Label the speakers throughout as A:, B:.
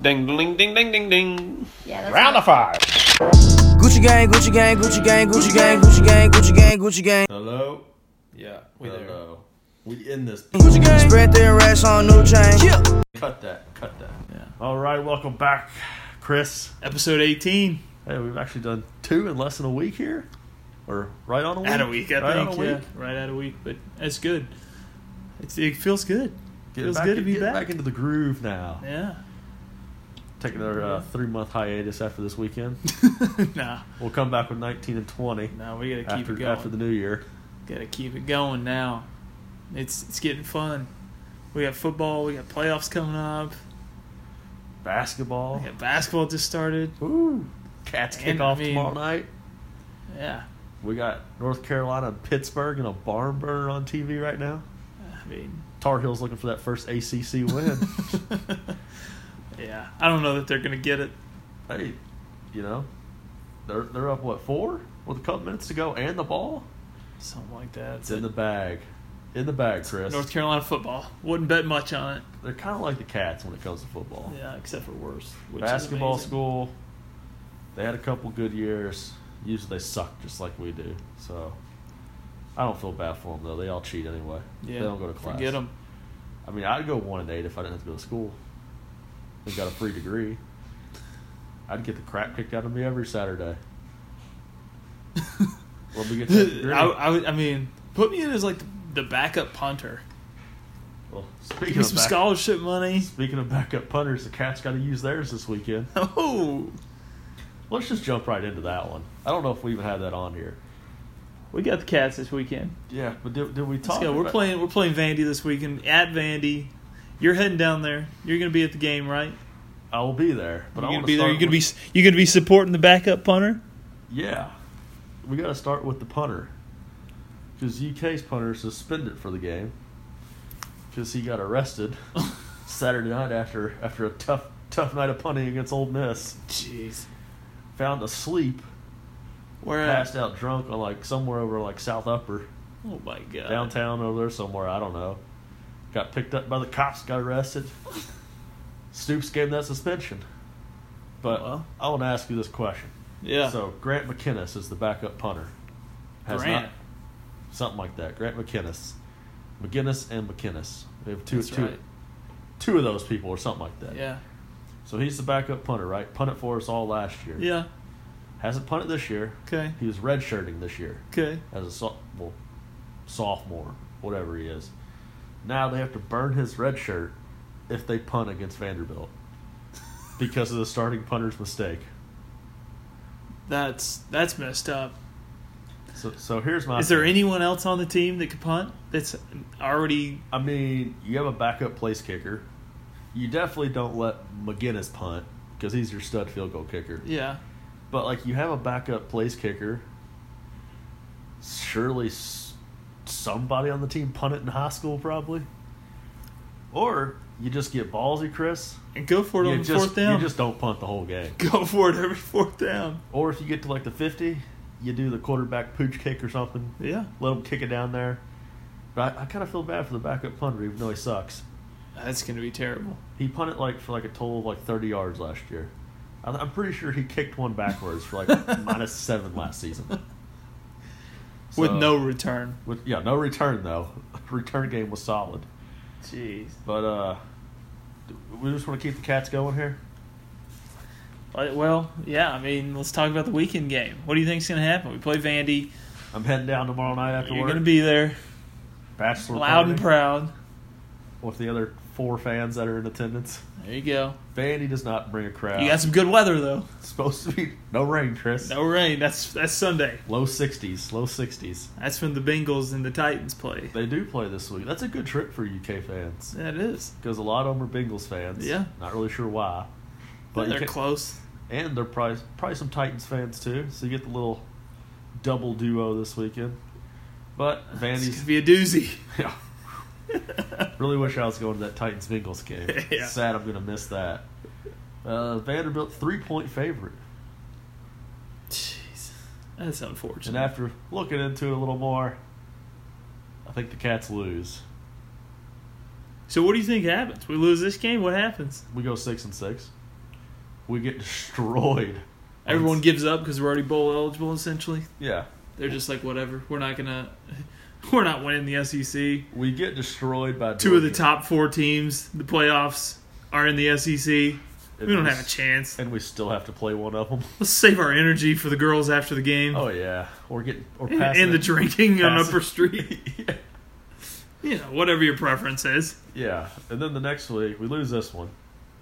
A: Ding, ding, ding, ding, ding, ding.
B: Yeah, that's
C: Round
B: not-
C: of five.
D: Gucci gang, Gucci gang, Gucci gang, Gucci gang, Gucci gang, Gucci gang, Gucci gang.
E: Hello?
C: Yeah, we there.
E: Hello. We in this.
D: Gucci gang. Spread their racks on new chain. Yeah.
E: Cut that. Cut that.
C: All right, welcome back, Chris.
F: Episode 18.
C: Hey, we've actually done two in less than a week here, or right on a week.
F: At a week, I
C: right
F: think.
C: on a week.
F: Yeah, right at a week, but that's good. It's, it feels good.
C: Getting
F: feels
C: back
F: good to
C: in-
F: be
C: getting
F: back.
C: into the groove now.
F: Yeah.
C: Taking our uh, three-month hiatus after this weekend.
F: nah,
C: we'll come back with 19 and 20
F: nah, we gotta keep
C: after,
F: it going.
C: after the new year.
F: Gotta keep it going now. It's it's getting fun. We got football. We got playoffs coming up.
C: Basketball.
F: We got basketball just started.
C: Ooh, Cats
F: And,
C: kick
F: I
C: off
F: mean-
C: tomorrow night.
F: Yeah.
C: We got North Carolina and Pittsburgh in a barn burner on TV right now.
F: I mean,
C: Tar Heels looking for that first ACC win.
F: yeah. I don't know that they're gonna get it.
C: hey, you know, they're they're up what four with a couple minutes to go and the ball.
F: Something like that.
C: It's in the bag, in the bag, Chris.
F: North Carolina football. Wouldn't bet much on it.
C: they're kind of like the cats when it comes to football.
F: Yeah, except for worse. which is
C: Basketball
F: amazing.
C: school, they had a couple good years. Usually they suck just like we do. So I don't feel bad for them though. They all cheat anyway.
F: Yeah.
C: they don't go to class.
F: Forget them.
C: I mean, I'd go one and eight if I didn't have to go to school. I got a free degree. I'd get the crap kicked out of me every Saturday. Let me get that degree.
F: I, I, would- I mean, put me in as like the backup punter.
C: well,
F: Give
C: speaking
F: me
C: of
F: some
C: back-
F: scholarship money.
C: speaking of backup punters, the Cats got to use theirs this weekend.
F: Oh,
C: Let's just jump right into that one. I don't know if we even had that on here.
F: we got the cats this weekend.
C: Yeah, but did, did we talk?
F: Let's go. We're
C: about-
F: playing. We're playing Vandy this weekend at Vandy. You're heading down there. You're gonna be at the game, right?
C: I will be there, but
F: you're
C: I
F: gonna
C: want
F: be
C: to
F: there. You're gonna be. You're gonna be supporting the backup punter.
C: Yeah, we got to start with the punter because UK's punter is suspended for the game because he got arrested Saturday night after after a tough tough night of punting against Ole Miss.
F: Jeez.
C: Found asleep,
F: Where at?
C: passed out drunk on like somewhere over like South Upper
F: Oh my god.
C: downtown over there somewhere. I don't know. Got picked up by the cops. Got arrested. Stoops gave him that suspension. But
F: Well.
C: I want to ask you this question.
F: Yeah.
C: So Grant McKinnis is the backup punter. Has
F: Grant.
C: not- something like that. Grant McKinnis, McGinnis, and McKinnis. We have two,
F: That's
C: two,
F: right.
C: two of those people, or something like that.
F: Yeah.
C: So he's the backup punter, right? Punted for us all last year.
F: Yeah.
C: Hasn't punted this year.
F: Okay.
C: He was redshirting this year
F: Okay.
C: as a so- well, sophomore, whatever he is. Now they have to burn his red shirt if they punt against Vanderbilt because of the starting punter's mistake.
F: That's that's messed up.
C: So, so here's my.
F: Is there
C: thing.
F: anyone else on the team that could punt? That's already
C: I mean, you have a backup place kicker. You definitely don't let McGinnis punt because he's your stud field goal kicker.
F: yeah.
C: But like, you have a backup place kicker. Surely, s- somebody on the team punted in high school, probably. Or you just get ballsy, Chris.
F: And go for it
C: You
F: on the
C: just,
F: fourth down.
C: you just don't punt the whole game.
F: go for it every fourth down.
C: Or if you get to like the fifty, you do the quarterback pooch kick or something.
F: Yeah.
C: Let him kick it down there. But I, I kind of feel bad for the backup punter, even though he sucks.
F: That's going to be terrible.
C: He punted like for like a total of like thirty yards last year. I'm I'm pretty sure he kicked one backwards for like minus seven last season.
F: With
C: So-
F: no return.
C: with yeah, no return though. Return game was solid,
F: Jeez.
C: but uh, we just want to keep the cats going here.
F: Well, yeah, I mean, let's talk about the weekend game. What do you think's going to happen? We play Vandy.
C: I'm heading down tomorrow night after
F: You're
C: work.
F: going to be there,
C: bachelor
F: loud and
C: party
F: proud.
C: with the other four fans that are in attendance.
F: There you go.
C: Vandy does not bring a crowd.
F: You got some good weather, though.
C: It's supposed to be no rain, Chris.
F: No rain. That's that's Sunday.
C: Low sixties, low sixties.
F: That's when the Bengals and the Titans play.
C: They do play this week. That's a good trip for UK fans.
F: That is.
C: because a lot of them are Bengals fans.
F: Yeah.
C: not really sure why, but
F: But
C: you
F: they're
C: can-
F: close.
C: and they're probably probably some Titans fans too. So you get the little double duo this weekend. But
F: It's going to
C: Vandy's,
F: be a doozy.
C: yeah, really wish I was going to that Titans Bengals game.
F: Yeah.
C: Sad I'm gonna miss that. Uh, Vanderbilt three point favorite,
F: Jeez. That's unfortunate.
C: and after looking into it a little more, I think the Cats lose.
F: So what do you think happens? We lose this game, what happens?
C: We go six and six. we get destroyed.
F: Everyone gives up because we're already bowl eligible. Essentially,
C: Yeah,
F: they're just like, whatever. We're not gonna. We're not winning the SEC.
C: we get destroyed by
F: Two of the
C: Georgia.
F: top four teams, the playoffs, are in the SEC.
C: And
F: We don't
C: we
F: have a
C: s-
F: chance.
C: and we still have to play one of them.
F: Let's save our energy for the girls after the game
C: Oh yeah, or get or
F: and,
C: passing
F: and the
C: it-
F: drinking on
C: pass it.
F: Upper Street. You know, whatever your preference is.
C: Yeah, and then the next week we lose this one.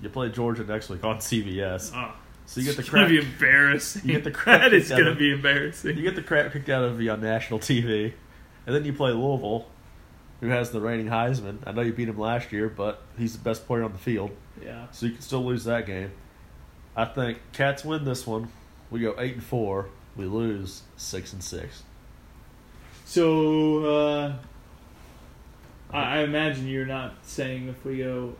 C: You play Georgia next week on CBS,
F: Oh,
C: so you get the
F: it's gonna
C: crap.
F: be
C: You
F: embarrassing.
C: You get the crap
F: That is
C: kicked out
F: gonna
C: of-
F: be embarrassing.
C: get the crap kicked out of you on national TV, and then you play Louisville, who has the reigning Heisman. I know you beat him last year, but he's the best player on the field,
F: yeah.
C: so you can still lose that game. I think Cats win this one. We go eight and four. We lose six and six.
F: So, uh, I, I imagine you're not saying if we go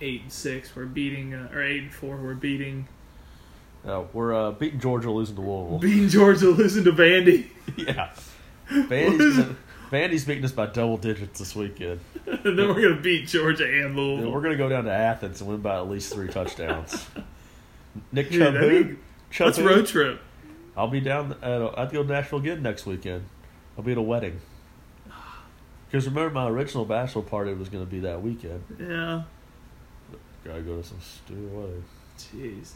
F: eight and six, we're beating, uh, or eight and four, we're beating,
C: Uh, we're uh, beating Georgia, losing to Louisville.
F: beating Georgia, losing to Vandy.
C: yeah, Vandy's, gonna- Vandy's beating us by double digits this weekend.
F: and then we're gonna beat Georgia and
C: Dude,
F: Louisville.
C: we're gonna go down to Athens and win by at least three touchdowns. Nick
F: Dude,
C: Chubb,
F: that'd
C: who?
F: be-
C: Chubb
F: Let's
C: who?
F: road trip.
C: I'll be down at a, I'd go to Nashville again next weekend. I'll be at a wedding. Because remember, my original bachelor party was gonna be that weekend.
F: Yeah.
C: Gotta go to some stupid wedding.
F: Jeez.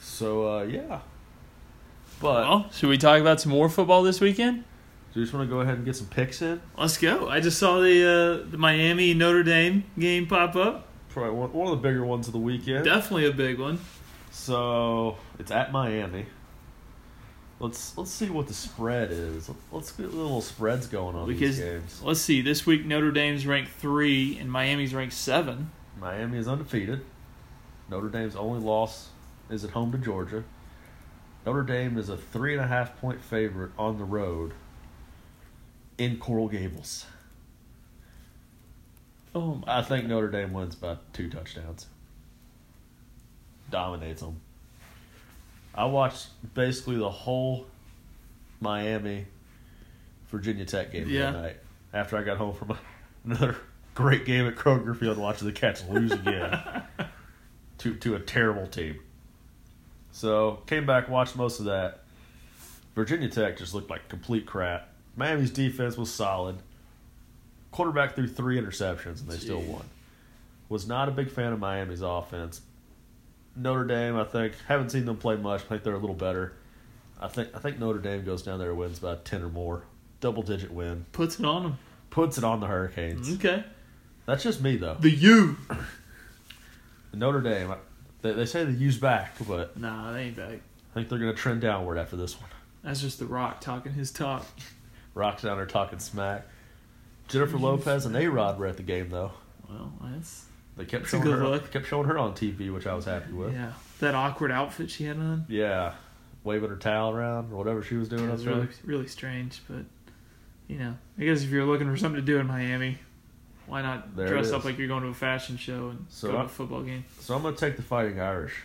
C: So uh, yeah. But
F: Well, should we talk about some more football this weekend?
C: do you just want to go ahead and get some picks in?
F: Let's go. I just saw the uh, the Miami Notre Dame game pop up.
C: Probably one, one of the bigger ones of the weekend.
F: Definitely a big one.
C: So it's at Miami. Let's let's see what the spread is. Let's get little spreads going on
F: Because-
C: these games.
F: Let's see. This week Notre Dame's ranked three and Miami's ranked seven.
C: Miami is undefeated. Notre Dame's only loss is at home to Georgia. Notre Dame is a three and a half point favorite on the road in Coral Gables.
F: Oh my!
C: I think Notre Dame wins by two touchdowns. Dominates them. I watched basically the whole Miami Virginia Tech game
F: Yeah.
C: that night after I got home from another great game at Kroger Field watching the Cats lose again to to a terrible team. So came back, watched most of that. Virginia Tech just looked like complete crap. Miami's defense was solid. Quarterback threw three interceptions and they still
F: Jeez.
C: won. Was not a big fan of Miami's offense. Notre Dame, I think, haven't seen them play much. I think they're a little better. I think I think Notre Dame goes down there and wins by ten or more, double digit win,
F: Puts it on them.
C: puts it on the Hurricanes.
F: Okay.
C: That's just me though.
F: The U.
C: Notre Dame, I- they, they say the U's back, but
F: Nah, they ain't back.
C: I think they're going to trend downward after this one.
F: That's just the Rock talking his talk.
C: Rock's down there talking smack. Jennifer Lopez and A Rod were at the game though.
F: Well, that's
C: They kept
F: That's a
C: showing
F: good
C: her
F: look.
C: kept showing her on TV, which I was happy with.
F: yeah. That awkward outfit she had on.
C: Yeah, waving her towel around or whatever she was doing.
F: It
C: up
F: was
C: there.
F: really really strange, but you know, I guess if you're looking for something to do in Miami, why not
C: There it
F: dress
C: is.
F: up like you're going to a fashion show and
C: So
F: go to
C: I-
F: a football game?
C: So I'm gonna take the Fighting Irish.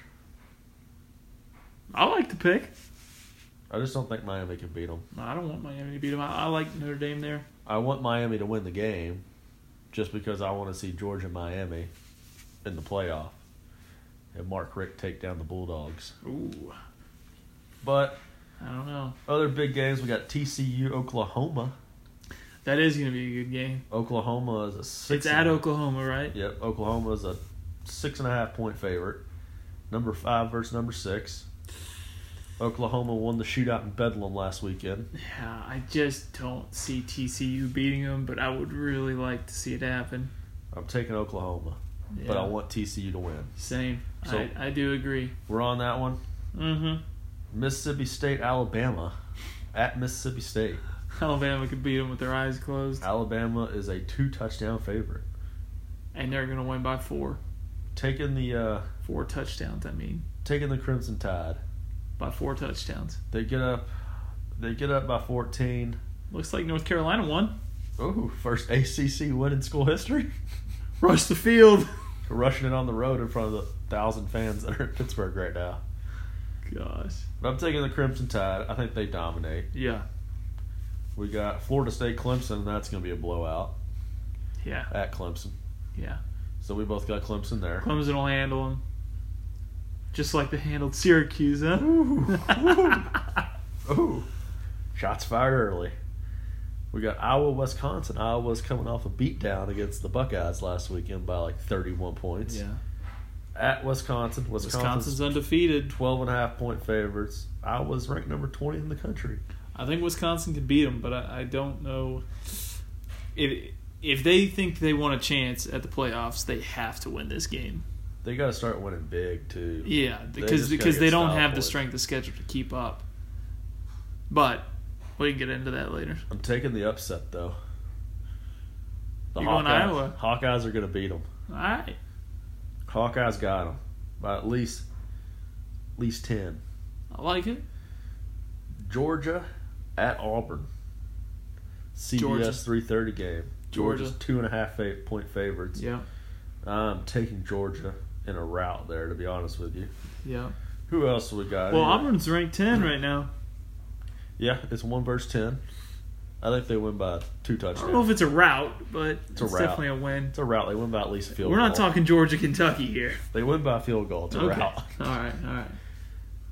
F: I like the pick.
C: I just don't think Miami can beat them.
F: No, I don't want Miami to beat them. I, I like Notre Dame there.
C: I want Miami to win the game, just because I want to see Georgia Miami in the playoff and Mark Rick take down the Bulldogs.
F: Ooh,
C: But
F: I don't know.
C: other big games, we got TCU Oklahoma.
F: That is going to be a good game.
C: Oklahoma is a six.
F: It's at
C: and-
F: Oklahoma, right?
C: Yep, Oklahoma is a six and a half point favorite. Number five versus number six. Oklahoma won the shootout in Bedlam last weekend.
F: Yeah, I just don't see TCU beating them, but I would really like to see it happen.
C: I'm taking Oklahoma,
F: Yeah,
C: but I want TCU to win.
F: same.
C: So-
F: I I do agree.
C: We're on that one.
F: Mm-hmm.
C: Mississippi State, Alabama, at Mississippi State.
F: Alabama could beat them with their eyes closed,
C: Alabama is a two touchdown favorite.
F: and they're going to win by four.
C: Taking the uh,
F: Four touchdowns, I mean.
C: taking the Crimson Tide.
F: By four touchdowns.
C: They get up, they get up by 14.
F: Looks like North Carolina won.
C: Ooh, first ACC win in school history.
F: Rush the field.
C: rushing it on the road in front of the thousand fans that are in Pittsburgh right now.
F: Gosh.
C: But I'm taking the Crimson Tide. I think they dominate.
F: Yeah.
C: We got Florida State, Clemson. That's going to be a blowout
F: Yeah.
C: at Clemson.
F: Yeah.
C: So we both got Clemson there.
F: Clemson will handle them. Just like they handled Syracuse, huh?
C: Ooh. Shots fired early. We got Iowa, Wisconsin. Iowa's coming off a beatdown against the Buckeyes last weekend by like 31 points.
F: Yeah.
C: At Wisconsin. Wisconsin's,
F: Wisconsin's undefeated.
C: 12 and a half point favorites. Iowa's ranked number 20 in the country.
F: I think Wisconsin could beat them, but I, I don't know if if they think they want a chance at the playoffs, they have to win this game.
C: They got to start winning big, too.
F: Yeah,
C: just
F: because
C: gotta
F: because
C: get
F: they don't
C: style
F: have the
C: points.
F: strength of schedule to keep up. But we can get into that later.
C: I'm taking the upset, though. The
F: You're going
C: Hawkeyes-
F: Iowa.
C: Hawkeyes are going to beat them.
F: All right.
C: Hawkeyes got them by at least, at least 10.
F: I like it.
C: Georgia at Auburn. CBS
F: Georgia.
C: 330 game. Georgia's
F: Georgia.
C: two and a half fa- point favorites.
F: Yeah.
C: I'm taking Georgia in a rout there, to be honest with you.
F: Yeah.
C: Who else we got?
F: Well,
C: here?
F: Auburn's ranked 10 right now.
C: Yeah, it's one versus ten. I think they win by two
F: I don't know
C: touchdowns.
F: if it's a rout, but it's,
C: a rout.
F: definitely a win.
C: It's a rout. They win by at least a field
F: We're
C: goal.
F: not talking Georgia, Kentucky here.
C: They win by a field goal. It's a
F: Okay.
C: rout.
F: All right. All right.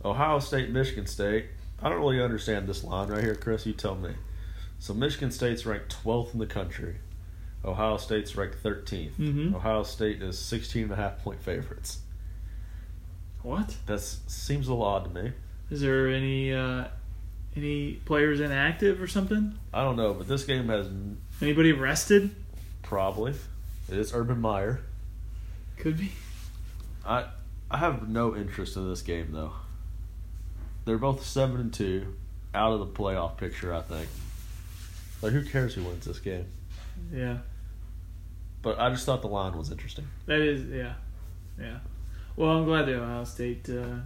C: Ohio State, Michigan State. I don't really understand this line right here, Chris. You tell me. So Michigan State's ranked 12th in the country. Ohio State's ranked 13th.
F: Mhm.
C: Ohio State is 16 and a half point favorites.
F: What?
C: That seems a little odd to me.
F: Is there any uh, any players inactive or something?
C: I don't know, but this game has
F: Anybody rested?
C: probably it is Urban Meyer.
F: Could be.
C: I I have no interest in this game though. They're both seven and two, out of the playoff picture. I think. Like, who cares who wins this game?
F: Yeah.
C: But I just thought the line was interesting.
F: That is, yeah, yeah. Well, I'm glad the Ohio State uh,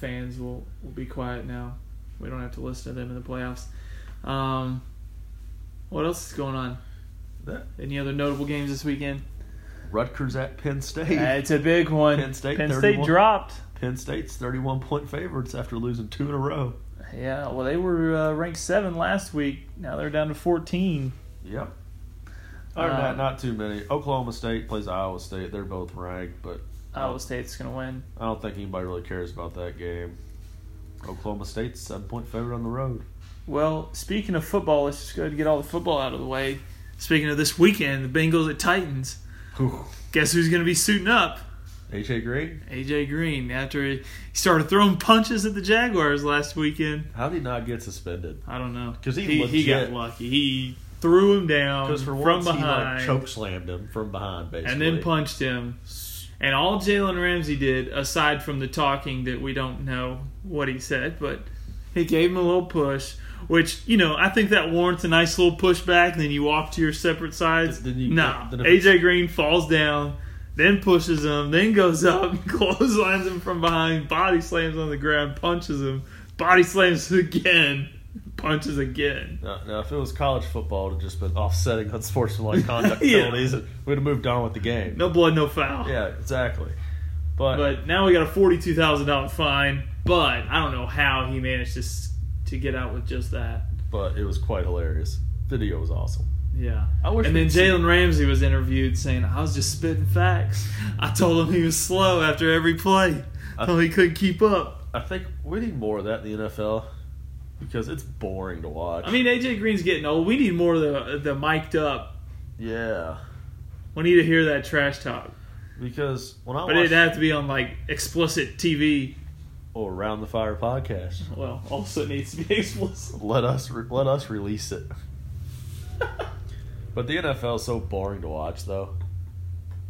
F: fans will will be quiet now. We don't have to listen to them in the playoffs. Um, what else is going on?
C: That-
F: Any other notable games this weekend?
C: Rutgers at Penn State.
F: Uh, it's a big one.
C: Penn State,
F: Penn State
C: 31.
F: dropped.
C: Penn State's thirty-one point favorites after losing two in a row.
F: Yeah. Well, they were uh, ranked seven last week. Now they're down to 14.
C: Yep. Other than that,
F: Um,
C: not too many. Oklahoma State plays Iowa State. They're both ranked, but
F: Iowa State's gonna win.
C: I don't think anybody really cares about that game. Oklahoma State's seven point favorite on the road.
F: Well, speaking of football, let's just go ahead and get all the football out of the way. Speaking of this weekend, the Bengals at Titans. Guess who's gonna be suiting up?
C: H.A. Green?
F: AJ Green after he started throwing punches at the Jaguars last weekend.
C: How did he not get suspended?
F: I don't know
C: 'Cause he
F: he got
C: legit-
F: lucky. He threw him down
C: Because for
F: Um, from
C: once
F: behind
C: he like choke slammed him from behind, basically.
F: and then punched him. And all Jalen Ramsey did, aside from the talking that we don't know what he said, but he gave him a little push. Which you know, I think that warrants a nice little pushback. And then you walk to your separate sides.
C: Then you-
F: no,
C: then if it's-
F: AJ Green falls down, then pushes him, then goes up, clotheslines him from behind, body slams on the ground, punches him, body slams again, punches again.
C: Now, now, if it was college football, it would have just been offsetting unsportsmanlike conduct
F: Yeah.
C: penalties. and We'd have moved on with the game.
F: No blood, no foul.
C: Yeah, exactly. But,
F: But now we got a forty-two thousand dollar fine. But I don't know how he managed to s- to get out with just that.
C: but it was quite hilarious. Video was awesome.
F: Yeah.
C: I wish
F: and then
C: we'd seen-
F: Jalen Ramsey was interviewed saying, "I was just spitting facts. I told him he was slow after every play. I told him he couldn't keep up."
C: I think we need more of that in the NFL because it's boring to watch.
F: I mean, AJ Green's getting old. We need more of the the mic'd up.
C: yeah,
F: We need to hear that trash talk.
C: because when I
F: But
C: watched
F: it'd have to be on like explicit TV.
C: or Around the Fire podcast,
F: Well, also needs to be explicit.
C: let us re- let us release it. but the NFL is so boring to watch, though.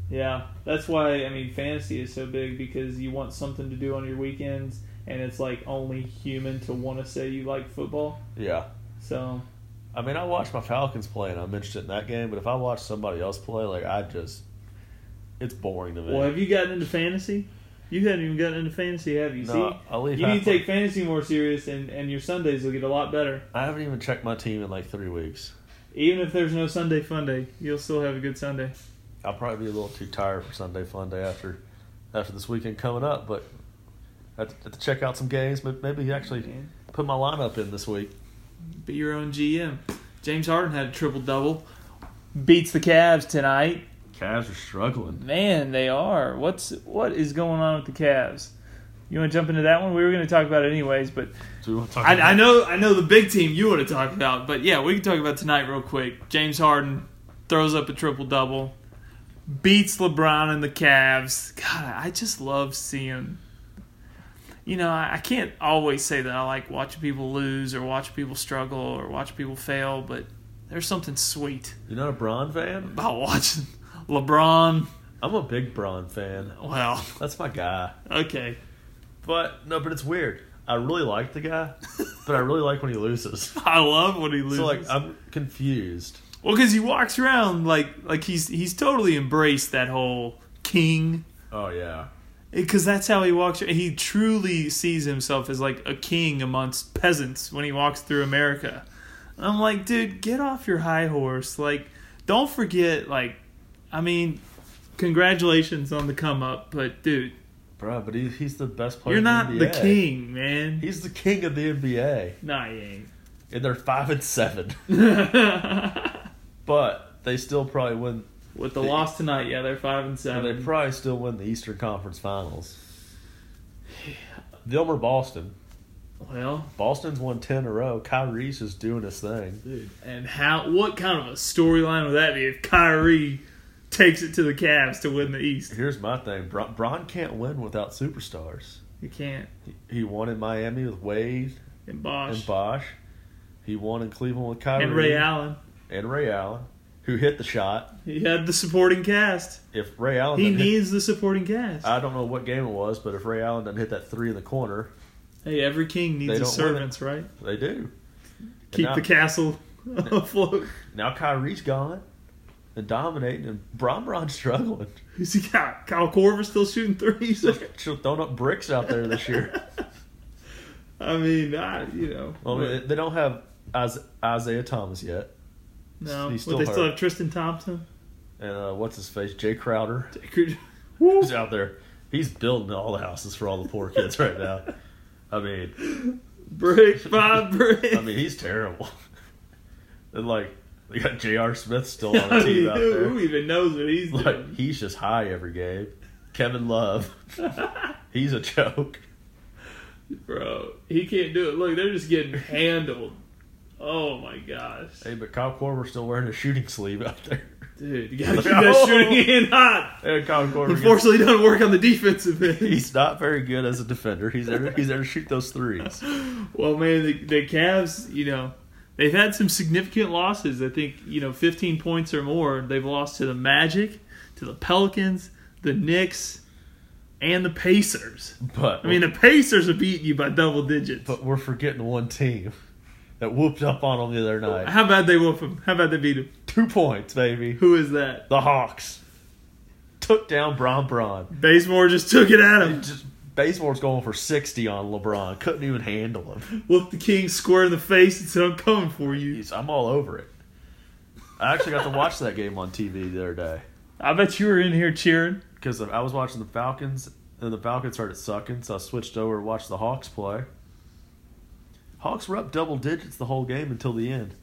F: Yeah, that's why I mean fantasy is so big because you want something to do on your weekends, and it's like only human to want to say you like football.
C: Yeah,
F: So
C: I mean, I watch my Falcons play and I'm interested in that game, but if I watch somebody else play, like I just, it's boring to me.
F: Well, have you gotten into fantasy? You haven't even gotten into fantasy, have you?
C: No,
F: See,
C: I'll leave
F: you need to
C: halfway.
F: take fantasy more serious, and, and your Sundays will get a lot better.
C: I haven't even checked my team in like three weeks.
F: Even if there's no Sunday fun day, you'll still have a good Sunday.
C: I'll probably be a little too tired for Sunday Fun Day after after this weekend coming up, but I have to, have to check out some games. But maybe actually
F: Yeah.
C: put my lineup in this week.
F: Be your own GM. James Harden had a triple double. Beats the Cavs tonight.
C: Cavs are struggling.
F: Man, they are. What's what is going on with the Cavs? You want to jump into that one? We were going to talk about it anyways, but
C: Do we want to talk
F: I,
C: about-
F: I know I know the big team you want to talk about, but yeah, we can talk about tonight real quick. James Harden throws up a triple double, beats LeBron and the Cavs. God, I just love seeing. You know, I, I can't always say that I like watching people lose or watch people struggle or watch people fail, but there's something sweet
C: You're not a Braun fan?
F: about watching LeBron.
C: I'm a big Braun fan.
F: Well,
C: That's my guy.
F: okay,
C: But no, but it's weird. I really like the guy, but I really like when he loses.
F: I love when he loses.
C: So like I'm confused.
F: Well, because he walks around like like he's he's totally embraced that whole king,
C: Oh yeah.
F: because that's how he walks. He truly sees himself as like a king amongst peasants when he walks through America. And I'm like, dude, get off your high horse. Like, don't forget. Like, I mean, congratulations on the come up, but dude,
C: Bro, but he, he's the best player.
F: you're
C: in
F: not the
C: NBA.
F: king, man.
C: He's the king of the NBA.
F: nah, you ain't.
C: And they're five and seven. but they still probably win
F: With the loss tonight, yeah, they're five and
C: and
F: seven.
C: they probably still win the Eastern Conference Finals. Them or Boston.
F: well,
C: Boston's won ten in a row. Kyrie's just doing his thing.
F: Dude, and how? What kind of a storyline would that be if Kyrie takes it to the Cavs to win the East?
C: Here's my thing. Bron, Bron can't win without superstars.
F: You can't.
C: He won in Miami with Wade
F: And Bosh
C: and
F: and,
C: Bosh. He won in Cleveland with Kyrie
F: Ray Allen.
C: and Ray Allen, who hit the shot.
F: He had the supporting cast.
C: If Ray Allen,
F: He
C: didn't hit-
F: needs the supporting cast.
C: I don't know what game it was, but if Ray Allen doesn't hit that three in the corner,
F: hey, every king needs
C: They
F: his
C: don't win it.
F: servants, right?
C: they do.
F: Keep
C: now-
F: the castle afloat.
C: Now Kyrie's gone and dominating, and Bron Bron's struggling.
F: Who's he got? Kyle Korver still shooting threes.
C: She's she's throwing up bricks out there this year.
F: I mean, I, you know,
C: Well, they, they don't have Isa- Isaiah Thomas yet,
F: no.
C: he's
F: But
C: still
F: they still
C: hurt.
F: have Tristan Thompson.
C: and uh, what's his face, Jay Crowder,
F: Woo.
C: who's out there. He's building all the houses for all the poor kids right now. I mean,
F: brick by brick.
C: I mean, he's terrible. and like, they got J.R. Smith still on the team out
F: who,
C: there.
F: who even knows what he's doing?
C: Like, he's just high every game. Kevin Love, he's a joke.
F: Bro, he can't do it. Look, they're just getting handled. Oh my gosh.
C: Hey, but Kyle Korver's still wearing a shooting sleeve out there.
F: Dude, you gotta keep that shooting hand hot.
C: And Kyle Korver, gets-
F: Unfortunately, it doesn't work on the defensive end.
C: he's not very good as a defender. He's there. He's there to shoot those threes.
F: Well, man, the, the Cavs, you know, they've had some significant losses. I think, you know, 15 points or more. They've lost to the Magic, to the Pelicans, the Knicks, and the Pacers.
C: But
F: I mean, the Pacers are beating you by double digits.
C: but we're forgetting one team that whooped up on them the other night.
F: How about they whoop them? How about they beat them?
C: Two points, baby.
F: Who is that?
C: The Hawks took down Bron Bron.
F: Bazemore just took it at him.
C: Just Bazemore's going for sixty on LeBron. Couldn't even handle him.
F: looked the king square in the face and said, "I'm coming for you."
C: He's- I'm all over it. I actually got to watch that game on TV the other day.
F: I bet you were in here cheering.
C: because I was watching the Falcons and the Falcons started sucking, so I switched over to watch the Hawks play. Hawks were up double digits the whole game until the end.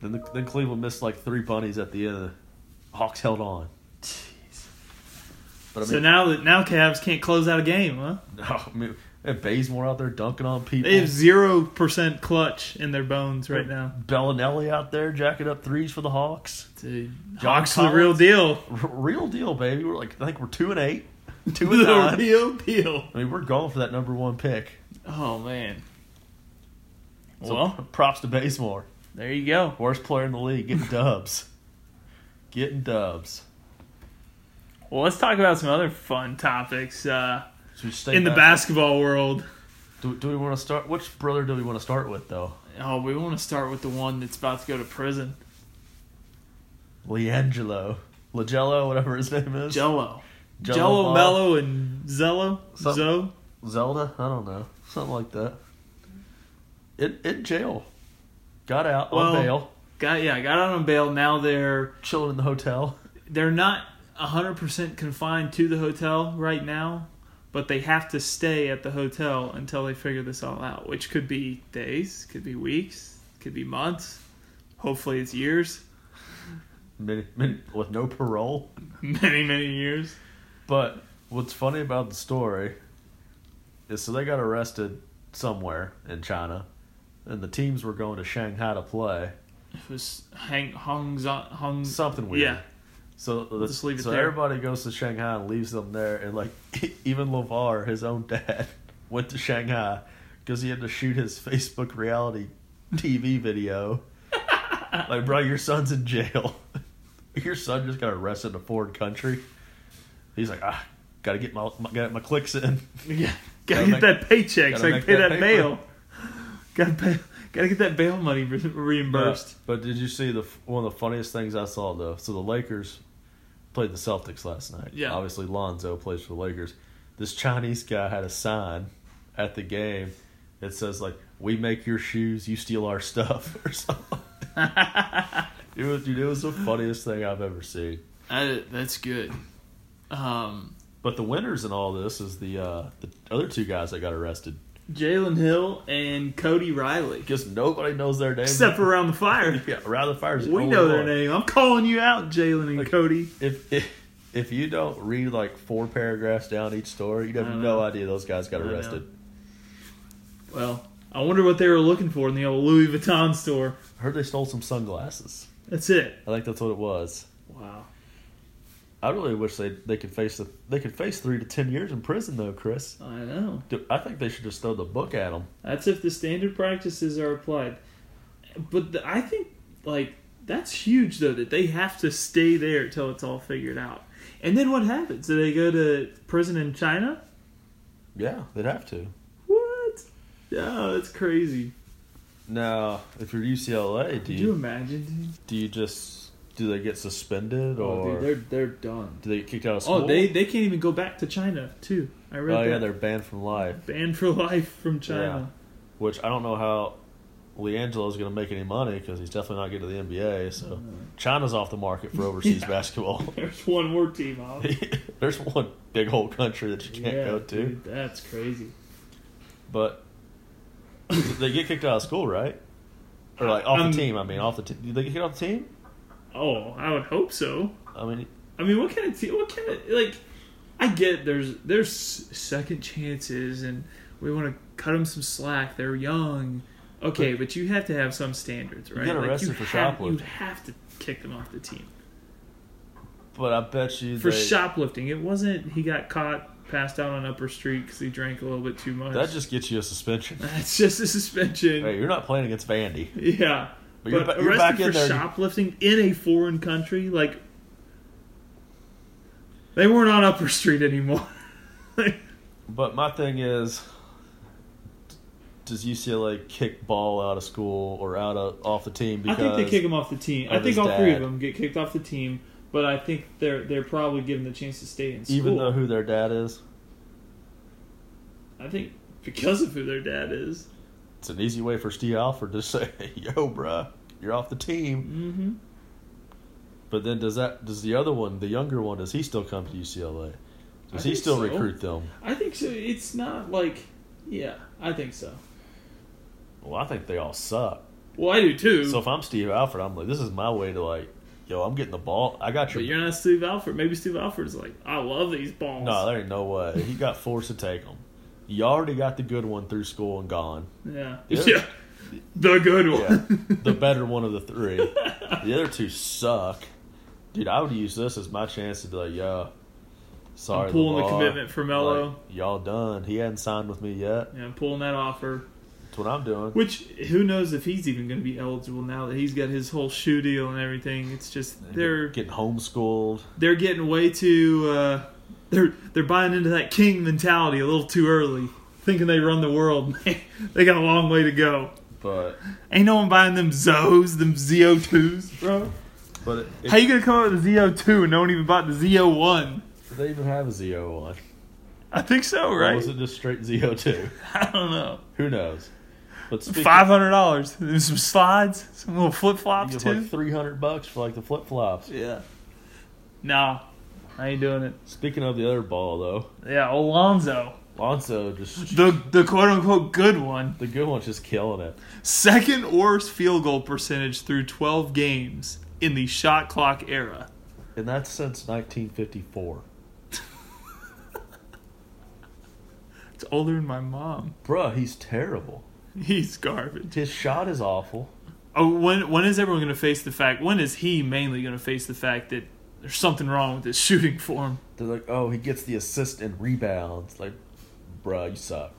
C: Then the, then Cleveland missed like three bunnies at the end. Hawks held on. But I mean,
F: So now that now Cavs can't close out a game, huh?
C: no, I mean, and Bazemore out there dunking on people.
F: They have zero percent clutch in their bones right now.
C: Bellinelli out there jacking up threes for the Hawks.
F: Dude,
C: John
F: Hawks the real
C: Collins?
F: deal.
C: R- real deal, baby. We're like I think we're two and eight, two and
F: The
C: nine.
F: real deal.
C: I mean, we're going for that number one pick.
F: Oh man.
C: So
F: Well,
C: props to Bazemore.
F: there you go.
C: Worst player in the league, getting dubs. getting dubs.
F: Well, let's talk about some other fun topics uh,
C: So we stay
F: in the
C: back.
F: basketball world.
C: Do, do we want to start? Which brother do we want to start with, though?
F: Oh, we want to start with the one that's about to go to prison,
C: Leangelo. Lagello, whatever his name is.
F: Jello,
C: Jello
F: Jello,
C: Bob.
F: Mello, and Zello,
C: Some-
F: Zo.
C: Zelda? I don't know. Something like that. In, in jail. Got out
F: Well-
C: on bail.
F: Got yeah, got out on bail. Now they're
C: Chilling in the hotel.
F: they're not 100% confined to the hotel right now, but they have to stay at the hotel until they figure this all out, which could be days, could be weeks, could be months. Hopefully, it's years,
C: Many, many, with no parole.
F: many, many years.
C: But what's funny about the story is so they got arrested somewhere in China, and the teams were going to Shanghai to play
F: It was Hang Hong Zon Hong.
C: something weird.
F: Yeah.
C: So the,
F: Just leave it
C: so
F: there.
C: everybody goes to Shanghai and leaves them there, and like even Levar, his own dad, went to Shanghai because he had to shoot his Facebook reality TV video. like, bro, your son's in jail. your son just got arrested in a foreign country. He's like, ah, gotta get my, my got my clicks in.
F: Yeah.
C: Gotta
F: Gotta, get that paycheck
C: gotta
F: so I can
C: make
F: pay that,
C: that paper.
F: bail. Gotta pay. Gotta get that bail money re- reimbursed.
C: But did you see the one of the funniest things I saw though? So the Lakers played the Celtics last night.
F: Yeah.
C: Obviously Lonzo plays for the Lakers. This Chinese guy had a sign at the game that says like "We make your shoes, you steal our stuff" or something. it was dude, it was the funniest thing I've ever seen.
F: I, that's good. Um,
C: But the winners in all this is the uh, the other two guys that got arrested
F: Jalen Hill and Cody Riley.
C: because nobody knows their name
F: Except for around the fire.
C: yeah, around the fires.
F: We know their name. I'm calling you out, Jalen and
C: Like-
F: Cody.
C: if if if you don't read like four paragraphs down each story, you'd
F: I
C: have
F: know.
C: no idea those guys got
F: know.
C: arrested.
F: Well, I wonder what they were looking for in the old Louis Vuitton store.
C: I heard they stole some sunglasses.
F: That's it.
C: I think that's what it was.
F: Wow.
C: I really wish they they could face the they could face three to ten years in prison though, Chris.
F: I know.
C: Dude, I think they should just throw the book at them.
F: That's if the standard practices are applied. But the, I think like that's huge though that they have to stay there till it's all figured out. And then what happens? Do they go to prison in China?
C: Yeah, they'd have to.
F: What? Yeah, that's crazy.
C: Now, if you're UCLA, do
F: Could you
C: you
F: imagine? Dude?
C: do you just do they get suspended
F: Oh,
C: or
F: dude, they're they're done.
C: do they get kicked out of school?
F: Oh, they they can't even go back to China too. I read
C: oh yeah,
F: that.
C: they're banned from life.
F: banned for life from China.
C: which I don't know how Leangelo's going to make any money because he's definitely not getting to the NBA. So China's off the market for overseas
F: Mm-hmm. Yeah.
C: basketball.
F: There's one more team out.
C: There's one big whole country that you can't
F: Yeah,
C: go to,
F: dude, that's crazy.
C: but they get kicked out of school, right? Or like off
F: Um,
C: the team. I mean, off the team. Did they get kicked off the team?
F: Oh, I would hope so.
C: I mean,
F: I mean, what kind of team? What kind of like? I get there's there's second chances, and we want to cut them some slack. They're young, okay, but, you have to have some standards, right?
C: get arrested
F: you
C: for
F: have,
C: shoplifting.
F: You have to kick them off the team
C: but I bet you
F: for
C: they,
F: shoplifting. It wasn't he got caught passed out on Upper Street because he drank a little bit too much.
C: that just gets you a suspension.
F: that's just a suspension.
C: hey, you're not playing against Vandy.
F: Yeah. But,
C: But you're ba- you're
F: arrested
C: back
F: for
C: in there.
F: shoplifting in a foreign country, like they weren't on Upper Street anymore.
C: But my thing is, does UCLA kick ball out of school or out of off the team?
F: I
C: Because
F: think they kick him off the team. I
C: of
F: think
C: his
F: all three of
C: dad.
F: them get kicked off the team, but I think they're they're probably given the chance to stay in school.
C: even though who their dad is,
F: I think because of who their dad is.
C: it's an easy way for Steve Alford to say, "Yo, bruh, you're off the team."
F: Mm-hmm.
C: But then does that does the other one, the younger one, does he still come to UCLA?
F: I
C: Does he
F: think
C: still
F: so.
C: recruit them?
F: I think so. It's not like, yeah, I think so.
C: Well, I think they all suck.
F: Well, I do too.
C: So if I'm Steve Alford, I'm like, this is my way to like, yo, I'm getting the ball. I got your.
F: but you're not Steve Alford. Maybe Steve Alford's like, I love these balls.
C: no, there ain't no way. He got forced to take them. You already got the good one through school and gone.
F: Yeah.
C: Yeah.
F: Yeah. The good
C: Yeah,
F: one.
C: the better one of the three. The other two suck. Dude, I would use this as my chance to be like, yo, sorry.
F: I'm pulling the
C: Lamar.
F: commitment for Melo.
C: Like, y'all done. He hadn't signed with me yet.
F: Yeah, I'm pulling that offer.
C: That's what I'm doing.
F: Which who knows if he's even going to be eligible now that he's got his whole shoe deal and everything. It's just they're
C: getting homeschooled.
F: they're getting way too uh, they're they're buying into that king mentality a little too early, thinking they run the world. they got a long way to go.
C: But
F: Ain't no one buying them Zos, them ZO2s, bro.
C: but it,
F: How you gonna come up with a ZO2 and no one even bought the ZO1?
C: did they even have a ZO1?
F: I think so,
C: Or
F: right?
C: was it just straight ZO2?
F: I don't know.
C: Who knows? But speaking,
F: Five hundred dollars. There's some slides, some little flip
C: you
F: flops
C: give,
F: too.
C: like 300 bucks for like the flip flops.
F: yeah. Nah, I ain't doing it.
C: Speaking of the other ball, though,
F: Yeah, Alonzo,
C: Lonzo just.
F: the the quote unquote good one,
C: The good one's just killing it.
F: second worst field goal percentage through twelve games in the shot clock era.
C: And that's since 1954.
F: It's It's older than my mom.
C: Bruh, he's terrible.
F: He's garbage.
C: His shot is awful.
F: Oh, when when is everyone going to face the fact? When is he mainly going to face the fact that there's something wrong with his shooting form?
C: They're like, oh, he gets the assist and rebounds. Like, bruh, you suck.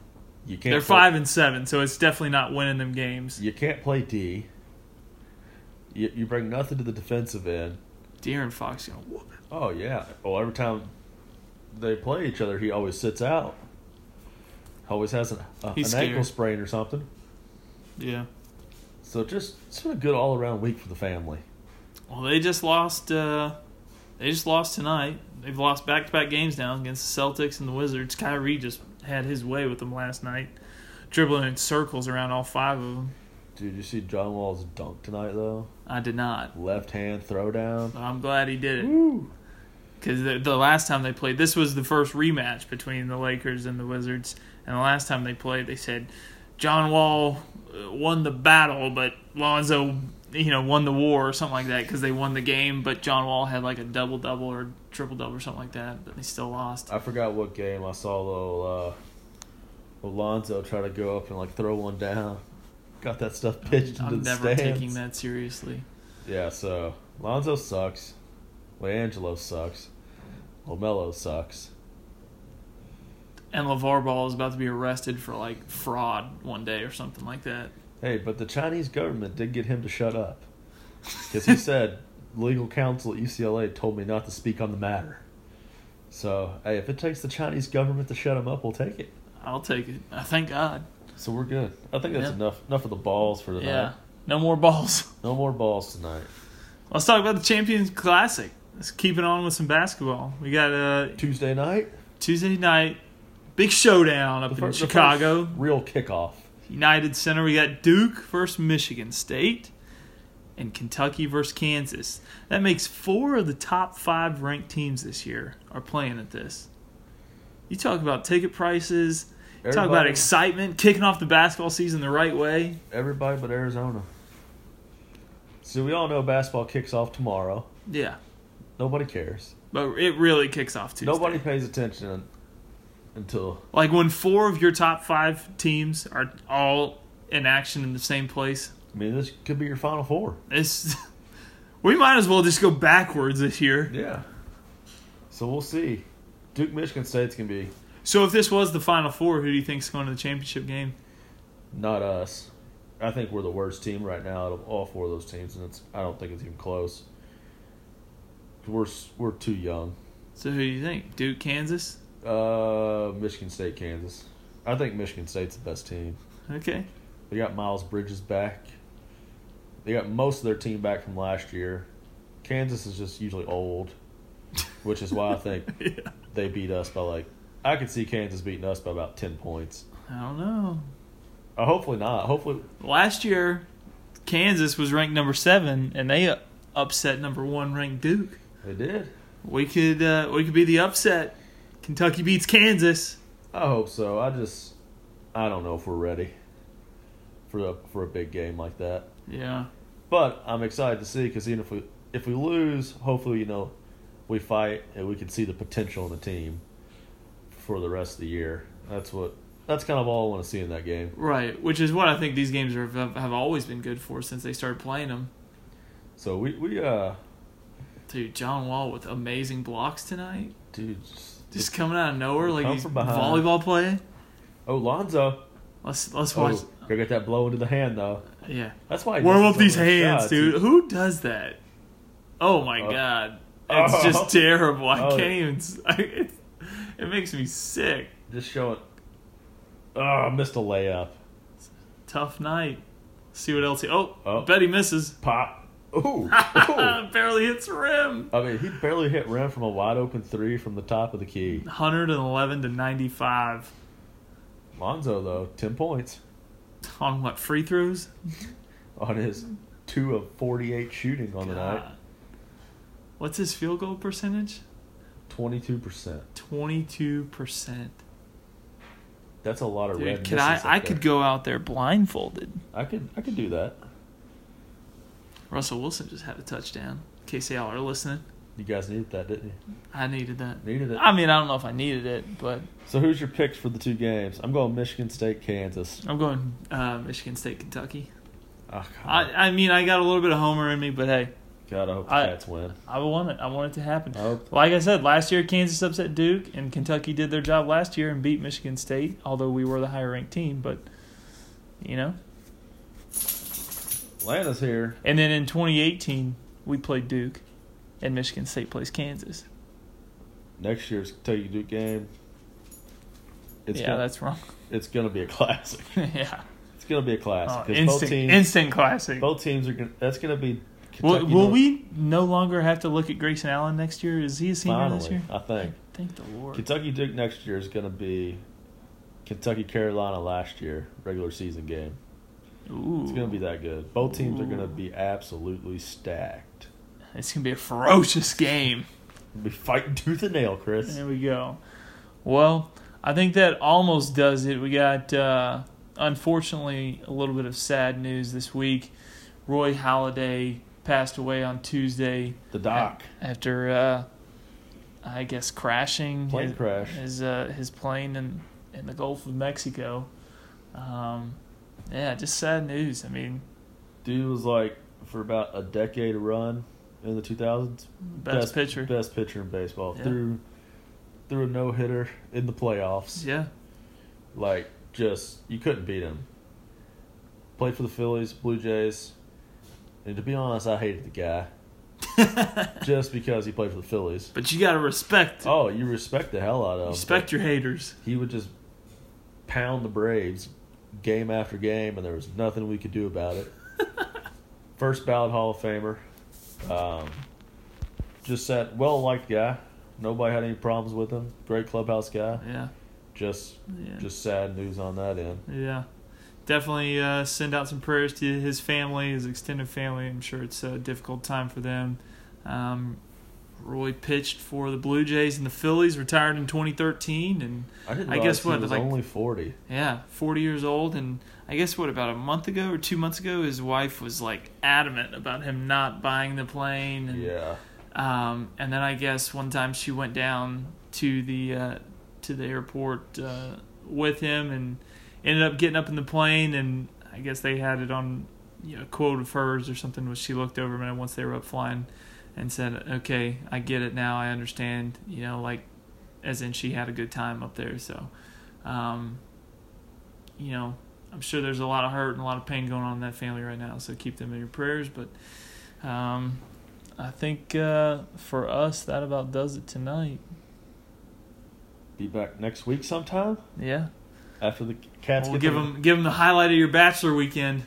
C: You can't.
F: They're
C: play-
F: five and seven, so it's definitely not winning them games.
C: You can't play D. You, you bring nothing to the defensive end.
F: Deer and Fox going to whoop it.
C: Oh yeah. Well, every time they play each other, he always sits out. Always has an, a, an
F: He's
C: ankle
F: scared.
C: sprain or something.
F: Yeah.
C: So just it's been a good all around week for the family.
F: Well, they just lost. Uh, they just lost tonight. They've lost back-to-back games now against the Celtics and the Wizards. Kyrie just had his way with them last night, dribbling in circles around all five of them.
C: Dude, you see John Wall's dunk tonight though?
F: I did not.
C: Left hand throwdown.
F: But I'm glad he did it. Because the, the last time they played, this was the first rematch between the Lakers and the Wizards. And the last time they played, they said John Wall uh, won the battle, but Lonzo, you know, won the war or something like that because they won the game. But John Wall had like a double double or triple double or something like that, but they still lost.
C: I forgot what game I saw little uh, Alonzo try to go up and like throw one down. Got that stuff pitched into
F: I'm
C: the
F: never
C: stands.
F: taking that seriously.
C: Yeah, so Lonzo sucks. LeAngelo sucks. Lomelo sucks.
F: And LeVar Ball is about to be arrested for like fraud one day or something like that.
C: Hey, but the Chinese government did get him to shut up because he said legal counsel at UCLA told me not to speak on the matter. So hey, if it takes the Chinese government to shut him up, we'll take it.
F: I'll take it. I thank God.
C: So we're good. I think that's
F: Yeah.
C: enough. Enough of the balls for tonight.
F: Yeah. No more balls.
C: No more balls tonight.
F: Let's talk about the Champions Classic. Let's keep it on with some basketball. We got uh,
C: Tuesday night.
F: Tuesday night, big showdown up
C: The fir-
F: in
C: the first
F: Chicago,
C: real kickoff.
F: United Center. We got Duke versus Michigan State, and Kentucky versus Kansas. That makes four of the top five ranked teams this year are playing at this. You talk about ticket prices. you Talk about
C: Everybody-
F: excitement, kicking off the basketball season the right way.
C: Everybody but Arizona. So we all know basketball kicks off tomorrow.
F: Yeah,
C: Nobody cares.
F: but it really kicks off Tuesday.
C: Nobody pays attention until
F: Like when four of your top five teams are all in action in the same place.
C: I mean this could be your final four.
F: It's we might as well just go backwards this year.
C: Yeah. So we'll see. Duke Michigan State's gonna be
F: So if this was the final four, who do you think's going to the championship game?
C: not us. I think we're the worst team right now out of all four of those teams, and it's I don't think it's even close. We're s- we're too young.
F: So who do you think? Duke, Kansas?
C: Uh, Michigan State, Kansas. I think Michigan State's the best team.
F: Okay.
C: They got Miles Bridges back. They got most of their team back from last year. Kansas is just usually old, which is why I think
F: Yeah.
C: they beat us by like I could see Kansas beating us by about ten points.
F: I don't know.
C: Uh, hopefully not. Hopefully,
F: Last year, Kansas was ranked number seven, and they uh, upset number one ranked Duke.
C: They did.
F: We could uh, we could be the upset. Kentucky beats Kansas.
C: I hope so. I just I don't know if we're ready for a for a big game like that.
F: Yeah.
C: But I'm excited to see because even if we if we lose, hopefully you know we fight and we can see the potential in the team for the rest of the year. That's what that's kind of all I want to see in that game.
F: Right, which is what I think these games are, have, have always been good for since they started playing them.
C: So we we uh
F: Dude, John Wall with amazing blocks tonight,
C: dude just-
F: just coming out of nowhere like
C: Come
F: he's
C: from behind.
F: volleyball playing.
C: oh Lonzo
F: Let's let's watch.
C: oh go get that blow into the hand though.
F: Yeah,
C: That's why he
F: warm up
C: misses
F: these
C: so many
F: hands,
C: shots.
F: dude.
C: He-
F: Who does that? Oh my
C: Oh.
F: god, it's
C: Oh.
F: just terrible. I
C: Oh.
F: can't even. s- I, it, it makes me sick.
C: Just showing. Oh, missed a layup.
F: Tough night. See what else? He, oh,
C: Oh.
F: bet he misses.
C: Pop. Ooh. ooh.
F: Barely hits rim.
C: I mean, he barely hit rim from a wide open three from the top of the key.
F: 111 to 95
C: Lonzo though, ten points
F: on what free throws?
C: on his two of forty-eight shooting on the night,
F: God. What's his field goal percentage?
C: twenty-two percent.
F: Twenty-two percent.
C: That's a lot of red.
F: Dude, could I?
C: misses up
F: I could
C: there.
F: go out there blindfolded.
C: I could. I could do that.
F: Russell Wilson just had a touchdown. In case y'all are listening,
C: You guys needed that, didn't you?
F: I needed that.
C: Needed it.
F: I mean, I don't know if I needed it, but
C: So who's your picks for the two games? I'm going Michigan State, Kansas.
F: I'm going uh, Michigan State, Kentucky.
C: Oh, God.
F: I, I mean, I got a little bit of homer in me, but hey,
C: God, I hope the
F: I-
C: Cats win.
F: I want it. I want it to happen.
C: I hope-
F: Like I said, last year Kansas upset Duke, and Kentucky did their job last year and beat Michigan State, although we were the higher ranked team. But you know,
C: Atlanta's here.
F: and then in 2018 we played Duke, and Michigan State plays Kansas.
C: Next year's Kentucky Duke game. It's
F: yeah,
C: gonna,
F: that's wrong.
C: it's gonna be a classic.
F: yeah,
C: It's gonna be a classic
F: Oh,
C: 'cause both
F: instant,
C: teams,
F: instant classic.
C: both teams are gonna. That's gonna be.
F: Will,
C: Kentucky
F: will
C: North-
F: we no longer have to look at Grayson Allen next year? Is he a senior
C: finally?
F: this year?
C: I think
F: Thank the Lord.
C: Kentucky Duke next year is gonna be Kentucky Carolina last year regular season game.
F: Ooh,
C: It's gonna be that good. Both teams are
F: Ooh.
C: gonna be absolutely stacked.
F: It's gonna be a ferocious game.
C: We'll be fighting tooth and nail, Chris.
F: There we go. Well, I think that almost does it. We got, uh, unfortunately, a little bit of sad news this week. Roy Halladay passed away on Tuesday
C: The doc.
F: after, uh, I guess, crashing
C: Plane
F: his,
C: crash.
F: his, uh, his plane in, in the Gulf of Mexico. Um, yeah, just sad news. I mean,
C: Dude was like for about a decade run in the 2000s.
F: best, pitcher.
C: Best pitcher in baseball.
F: Yeah.
C: Threw threw a no hitter in the playoffs.
F: Yeah,
C: Like just you couldn't beat him. Played for the Phillies, Blue Jays. And to be honest, I hated the guy just because he played for the Phillies.
F: but you got to respect
C: Oh, you respect the hell out of him.
F: respect your haters.
C: but He would just pound the Braves game after game, and there was nothing we could do about it. First ballot Hall of Famer. Um, just that well liked guy. Nobody had any problems with him. Great clubhouse guy.
F: Yeah,
C: Just
F: yeah.
C: just sad news on that end.
F: Yeah. Definitely uh, send out some prayers to his family, his extended family. I'm sure it's a difficult time for them. Um, Roy pitched for the Blue Jays and the Phillies, retired in 2013, and
C: I didn't.
F: I
C: Realize
F: guess what,
C: he was
F: like-
C: only forty.
F: yeah, 40 years old. And I guess what, about a month ago or two months ago, his wife was like adamant about him not buying the plane. And,
C: Yeah,
F: um, and then I guess one time she went down to the uh, to the airport uh, with him and ended up getting up in the plane and I guess they had it on you know, a quote of hers or something which she looked over and once they were up flying and said, "Okay, I get it now. I understand." You know, like as in she had a good time up there. So, um, you know, I'm sure there's a lot of hurt and a lot of pain going on in that family right now. So keep them in your prayers. But um, I think uh, for us, that about does it tonight.
C: be back next week sometime
F: Yeah,
C: after the cats.
F: we'll
C: get
F: give
C: their-
F: them give them the highlight of your bachelor weekend.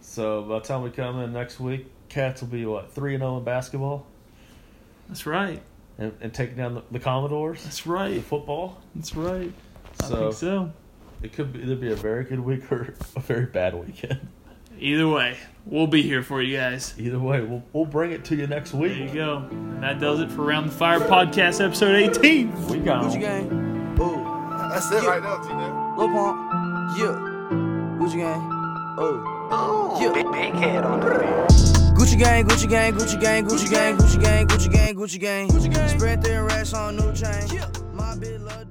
C: So by the time we come in next week, cats will be what three and zero in basketball
F: That's right.
C: and, and taking down the, the Commodores.
F: That's
C: the
F: right.
C: football.
F: That's right. I
C: So
F: think so.
C: it could be, either be a very good week or a very bad weekend.
F: Either way, we'll be here for you guys.
C: Either way, we'll we'll bring it to you next
F: There you
C: week.
F: go. And that does it for Round the Fire Podcast, episode 18.
C: We gone.
D: Gucci gang, oh,
E: That's it
D: Yeah.
E: right now, T-Nip.
D: Lil Pump, yeah. Gucci gang, oh, yeah. Big, big head on the Gucci gang, Gucci gang, Gucci gang, Gucci gang, Gucci gang, Gucci gang, Gucci gang. Gucci gang. Spread their racks on new chain. Yeah. My bitch love.